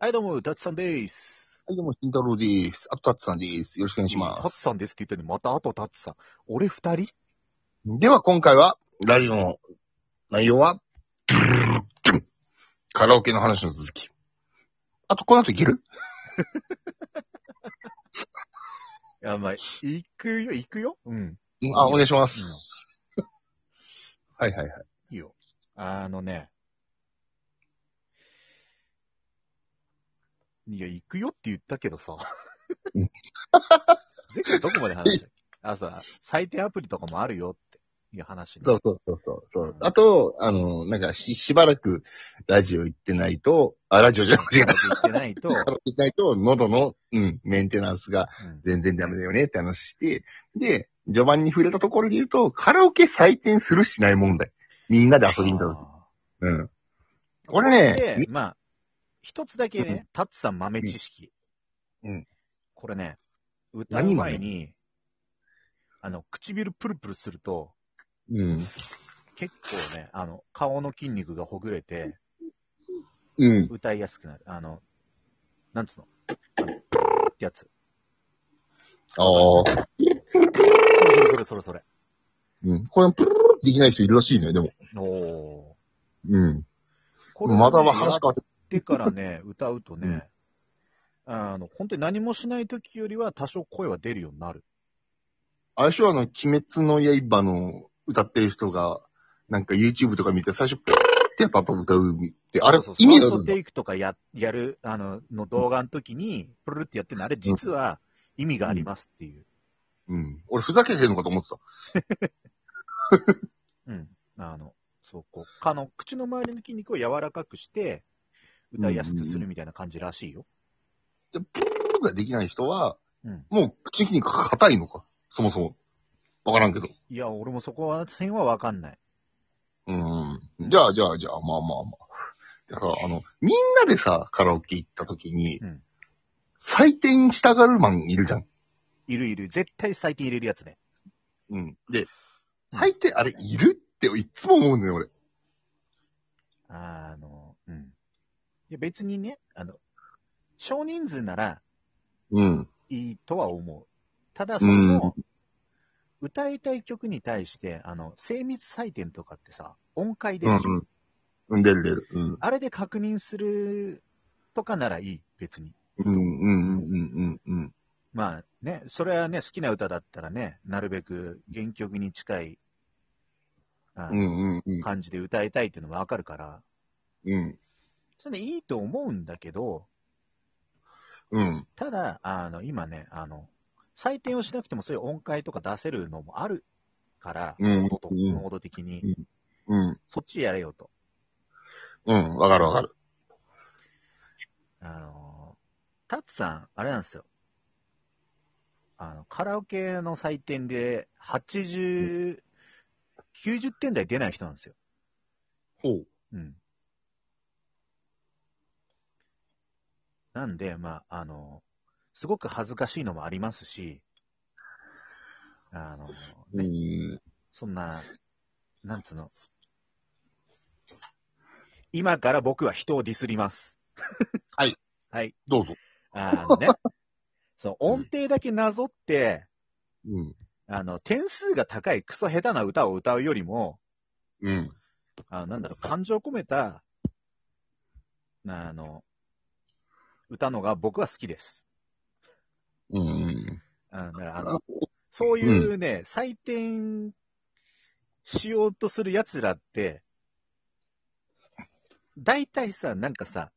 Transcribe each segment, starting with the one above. はい、どうも、タツさんです。はい、どうも、慎太郎です。あと、たつさんです。よろしくお願いしまタツさんですって言ってんのにまたあとタツさん。俺二人す。では、今回は、ラジオの内容は、カラオケの話の続き。あと、この後いけるいや、まあ、行くよ、行くよ。うん。うんあ、お願いします。はいはいはい。いいよ。あのね。いや、行くよって言ったけど さうん。前回どこまで話したっけあ、さ、採点アプリとかもあるよっていう話ね、そうそうそうそうそう。あと、あの、なんかし、しばらくラジオ行ってないと、あ、ラジオじゃ間違え言た。ってない と、カラオケ行ってないと、喉の、うん、メンテナンスがうん全然ダメだよねって話して、で、序盤に触れたところで言うと、カラオケ採点するしない問題。みんなで遊びに行った時。うん。これでね、、まあ、一つだけうね、タッツさん豆知識。うん。これね、歌う前に、あの、唇プルプルすると、うん。結構ね、あの、顔の筋肉がほぐれて、うん。歌いやすくなる。あの、なんつうのあの、プルルってやつ。ああ。それそれそれうん。これ、プルルできない人いるらしいね、でも。それ。おうん。こまだまあ話変わやって。ってからね、歌うとね、あの、本当に何もしない時よりは多少声は出るようになる。相性あの、鬼滅の刃の歌ってる人が、なんか YouTube とか見て最初、プルルってやっぱ歌うって、あれそうそう、意味があファーるストんだテ。イクとかや、やる、あの、の動画の時に、プルルってやってるの、あれ実は意味がありますっていう。うん。俺、ふざけてるのかと思ってた。うん。あの、そう、こう、あの、口の周りの筋肉を柔らかくして、歌いやすくするみたいな感じらしいよ。で、プルルができない人は、うん。もう、口に硬いのか。そもそも。わからんけど。いや、俺もそこは、線はわかんない。うん。じゃあ、じゃあ、じゃあ、まあまあまあ。だから、あの、みんなでさ、カラオケ行った時に、うん採点したがるマンいるじゃん。いるいる。絶対最近入れるやつね。うん。で、採点、あれ、いるって、いっつも思うんだよ、俺。あの、うん。いや、別にね、あの、少人数ならうん。いいとは思う。ただ、それも、歌いたい曲に対して、あの、精密採点とかってさ、音階でうしょ、ん、うん。出る出る。うん。あれで確認するとかならいい、別に。うん、うん、うん、うん、うん。まあね、それはね、好きな歌だったらね、なるべく原曲に近い、あうん、うん、うん。感じで歌いたいっていうのはわかるから、うん。それでいいと思うんだけど、うん。ただ、あの、今ね、あの、採点をしなくてもそういう音階とか出せるのもあるから、うんモードとうんモード的に、うん。そっちやれよと。うん。わかるわかる。あの、タッツさん、あれなんですよ。あの、カラオケの採点で、80、90点台出ない人なんですよ。ほう。うん。なんで、まあ、あの、すごく恥ずかしいのもありますし、あの、うね、ん。そんな、なんつうの。今から僕は人をディスります。はい。はい。どうぞ。あのね、その音程だけなぞって、うん。あの、点数が高いクソ下手な歌を歌うよりも、うん。あなんだろう、感情込めた、あの、歌のが僕は好きです。うん。あだからあの そういうね、採点しようとする奴らって、大体さ、なんかさ、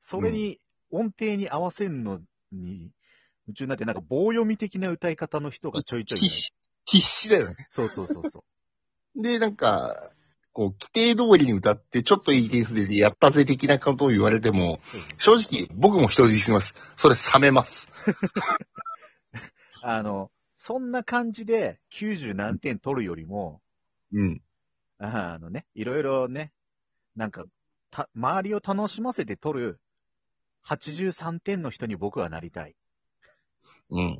それに、音程に合わせんのに、夢中になって、なんか棒読み的な歌い方の人がちょいちょいい必る。死、必死だよね。 そうそうそうそう。で、なんか、こう、規定通りに歌って、ちょっといい点数でやったぜ的なことを言われても、そうそう正直、僕も人質します。それ冷めます。あの、そんな感じで90何点取るよりも、うん。あのね、いろいろね、なんか、た、周りを楽しませて取る83点の人に僕はなりたい。うん。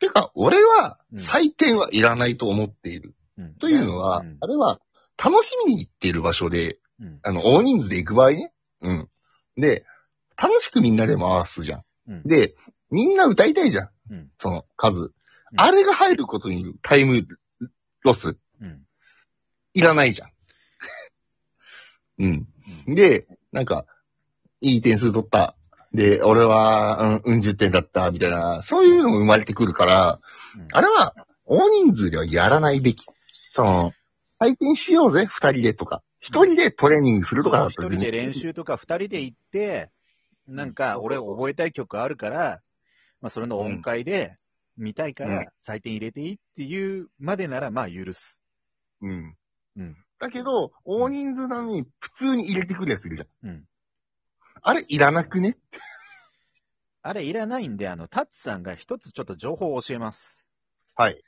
てか、俺は、うん採点はいらないと思っている。うんというのは、んあれは、楽しみに行っている場所で、うんあの、大人数で行く場合ね。うん。で、楽しくみんなで回すじゃん。うんで、みんな歌いたいじゃん。うんその数、あれが入ることにタイムロスうん。いらないじゃん。うん。で、なんか、いい点数取った。で、俺は、うん、うん、10点だった、みたいな、そういうのも生まれてくるから、うんあれは、大人数ではやらないべき。その、体験しようぜ、二人でとか。一人でトレーニングするとかだっ一たら人で練習とか二人で行って、なんか俺覚えたい曲あるから、まあそれの音階で見たいかうら採点入れていいっていうまでならまあ許す。うん。うん。だけど、大人数なのに、普通に入れてくるやついるじゃん。うん。あれ、いらなくねあれいらないんで、あの、タッツさんが一つちょっと情報を教えます。はい。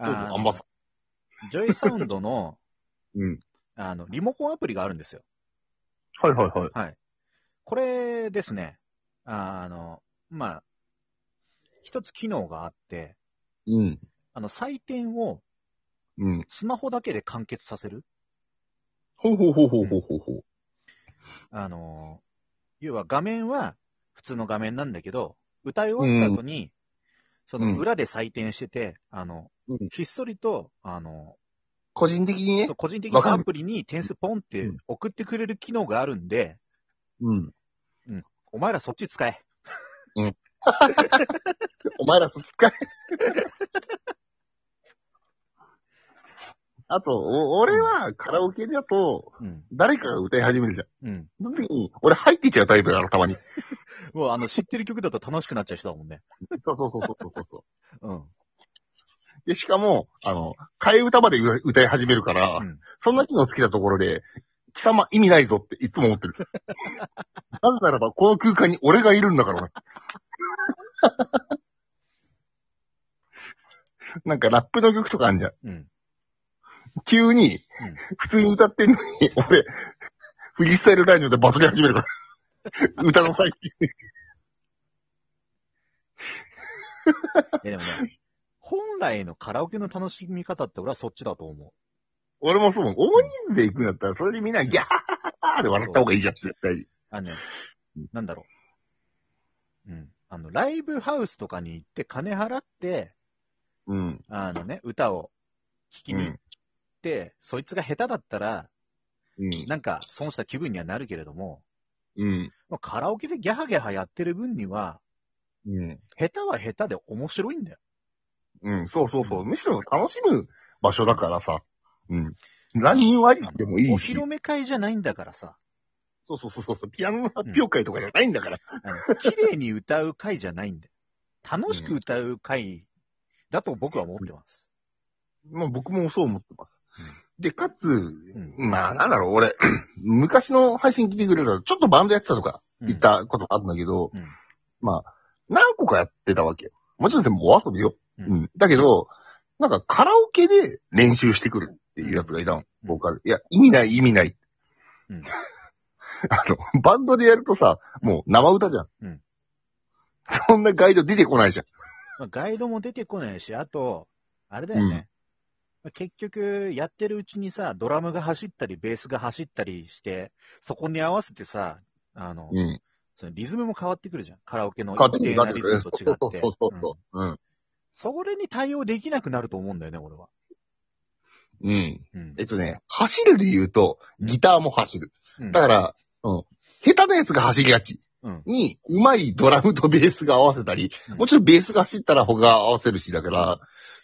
どうぞあアのンバサジョイサウンドの、うん。あの、リモコンアプリがあるんですよ。はいはいはい。はい。これですね、あの、まあ、一つ機能があって、うん。あの、採点をうん。スマホだけで完結させる。ほうほうほうほうほうほうほう。あの、要は画面は普通の画面なんだけど、歌い終わった後に、その裏で採点してて、あの、うんひっそりと、あの、個人的にねそう。個人的わかなるアプリに点数ポンってうん送ってくれる機能があるんで、うん。お前らそっち使え。お前らそっちかい。あと、お俺はカラオケだと、うん。誰かが歌い始めるじゃん。うん。その時に、俺入っていっちゃうタイプだろ、たまに。もうあの、知ってる曲だと楽しくなっちゃう人だもんね。そうそうそうそうそうそうん。う。で、しかも、あの、替え歌まで歌歌い始めるから、うんそんな機能つけたところで、貴様意味ないぞっていつも思ってる。なぜならば、この空間に俺がいるんだ からな。なんかラップの曲とかあんじゃん。うん。急にうん、普通に歌ってんのに、 俺、フリースタイルダイニでバトり始める から。歌の最中に。いやでもね、本来のカラオケの楽しみ方って俺はそっちだと思俺もそう思う。大人数で行くんだったら、それでみんなギャーって笑った方がいいじゃん、絶対に。う。あのね、なんだろう。うん。あの、ライブハウスとかに行って金払って、うん。あのね、歌を聴きに行って、そいつが下手だったら、うん。なんか損した気分にはなるけれども、うん。まあカラオケでギャハギャハやってる分には、うん。下手は下手で面白いんだよ。うん。そうそうそう。むしろ楽しむ場所だからさ。うん。何割でもいおい披し。露目会じゃないんだからさ、そうそうそうそう。ピアノの発表会とかじゃないんだから。あの綺麗に歌う会じゃないんで、楽しく歌う会だと僕は思ってます。まあ僕もそう思ってます。で、かつ、うまあなんだろう、俺、 昔の配信聞いてくれたら、ちょっとバンドやってたとか言っ。たことがあったんだけど、うんまあ、何個かやってたわけよ。もちろんでもお遊びよ。ううんん。だけど、なんかカラオケで練習してくるっていうやつがいたの、ボーカル。いや、意味ない、意味ない。うん あの、バンドでやるとさ、もう生歌じゃん。うんそんなガイド出てこないじゃん。まあ、ガイドも出てこないし、あと、あれだよね。まあ結局、やってるうちにさ、ドラムが走ったり、ベースが走ったりして、そこに合わせてさ、あの、うん。そのリズムも変わってくるじゃん。カラオケの変わって一く定る、変わなってリくズる。ムそとう違そっうて。そうそううんそう。うん。それに対応できなくなると思うんだよね、俺は。うん。うんえ。っとね、走るで言うと、ギターも走る。うんだから、うん。下手なやつが走りがちうんに、うまいドラムとベースが合わせたりうん、もちろんベースが走ったら他が合わせるし、だから、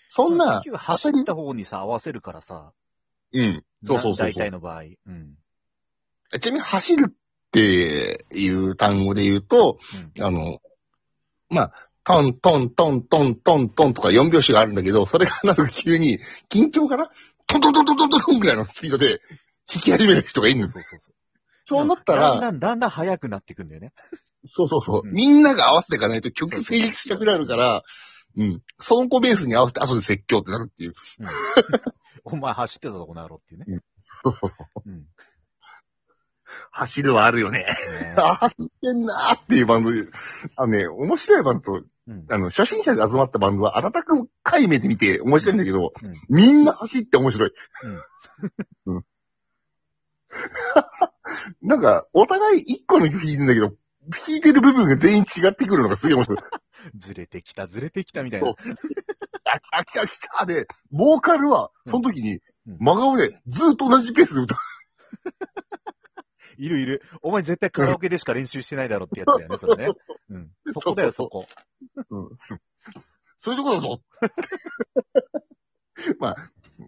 そんな結、局、走った方にさ、合わせるからさ、うん。そうそうそう大そう体の場合。うん。ちなみに走るっていう単語で言うと、うんあの、まあ、トントントントントントンとか4拍子があるんだけど、それがなんか急に緊張からトントントントントントンぐらいのスピードで弾き始める人がいるんです。そうそうそう。そうなっただんら、だん、だんだん速くなっていくんだよね。そうそうそう、うんみんなが合わせていかないと曲成立したくなるから、うん。その子ベースに合わせて後で説教ってなるっていう。うん お前走ってたとこなろっていうね。そうそうそうう。ん。 ね走るはあるよね。あ、走ってんなーっていうバンドで。あのね、面白いバンドとうんあの、初心者で集まったバンドは、あらたく回目で見て面白いんだけど、うんみんな走って面白い。 うん。なんか、お互い一個の曲弾いてんだけど、弾いてる部分が全員違ってくるのがすげえ面白い。ずれてきた、ずれてきたみたいそなう。あ、来た来た来たで、ボーカルは、その時に、うん真顔で、ずっと同じペースで歌う。いるいる。お前絶対カラオケでしか練習してないだろってやつだよね、それね。うん。 そこだよ、そこ。うん、 すそういうところだぞ。 まあ、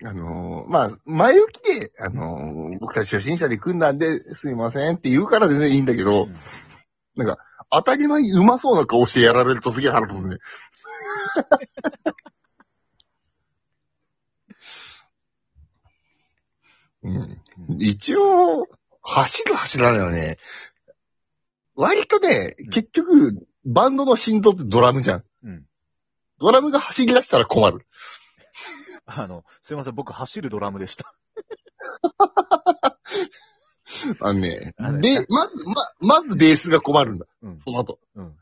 あのーまあ、前置きで、あのー僕たち初心者で組んだんで、すいませんって言うから全然いいんだけど、うんなんか、当たり前にうまそうな顔してやられるとすげえ腹立つね。 うん、一応、走る走らないよね。割とねうん、結局、バンドの心臓ってドラムじゃん。うん。ドラムが走り出したら困る。あの、すいません、僕走るドラムでした。あのね、あれで、まず、ま、まずベースが困るんだ。うん。その後。うん。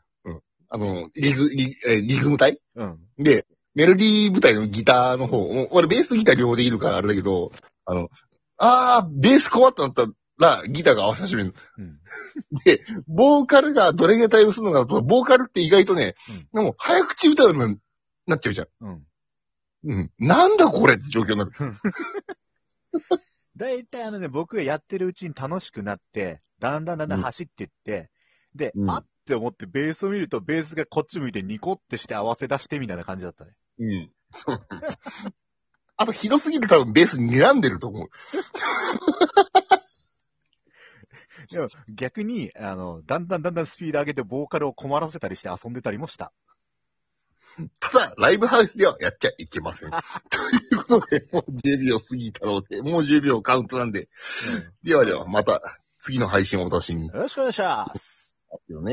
あの、リズ、リえリズム隊うん。で、メロディー部隊のギターの方、お俺ベースとギター両方できるからあれだけど、あの、あー、ベース困ったんだったら、ギターが合わせ始めるの。うん。ボーカルがどれぐらい対応するのかと、ボーカルって意外とね、でも早口歌うようになっちゃうじゃん。うん。うん。なんだこれって状況になる。だいたいあのね、僕がやってるうちに楽しくなって、だんだんだんだん走っていって、で、うんあって思ってベースを見ると、ベースがこっち向いてニコってして合わせ出してみたいな感じだったね。うん。 あと、ひどすぎる多分ベース睨んでると思う。でも逆に、あの、だんだんだんだんスピード上げてボーカルを困らせたりして遊んでたりもした。ただ、ライブハウスではやっちゃいけま せん。ということで、もう10秒過ぎたので、もう10秒カウントなんで。ではでは、また次の配信をお楽しみに。よろしくお願いします。よね。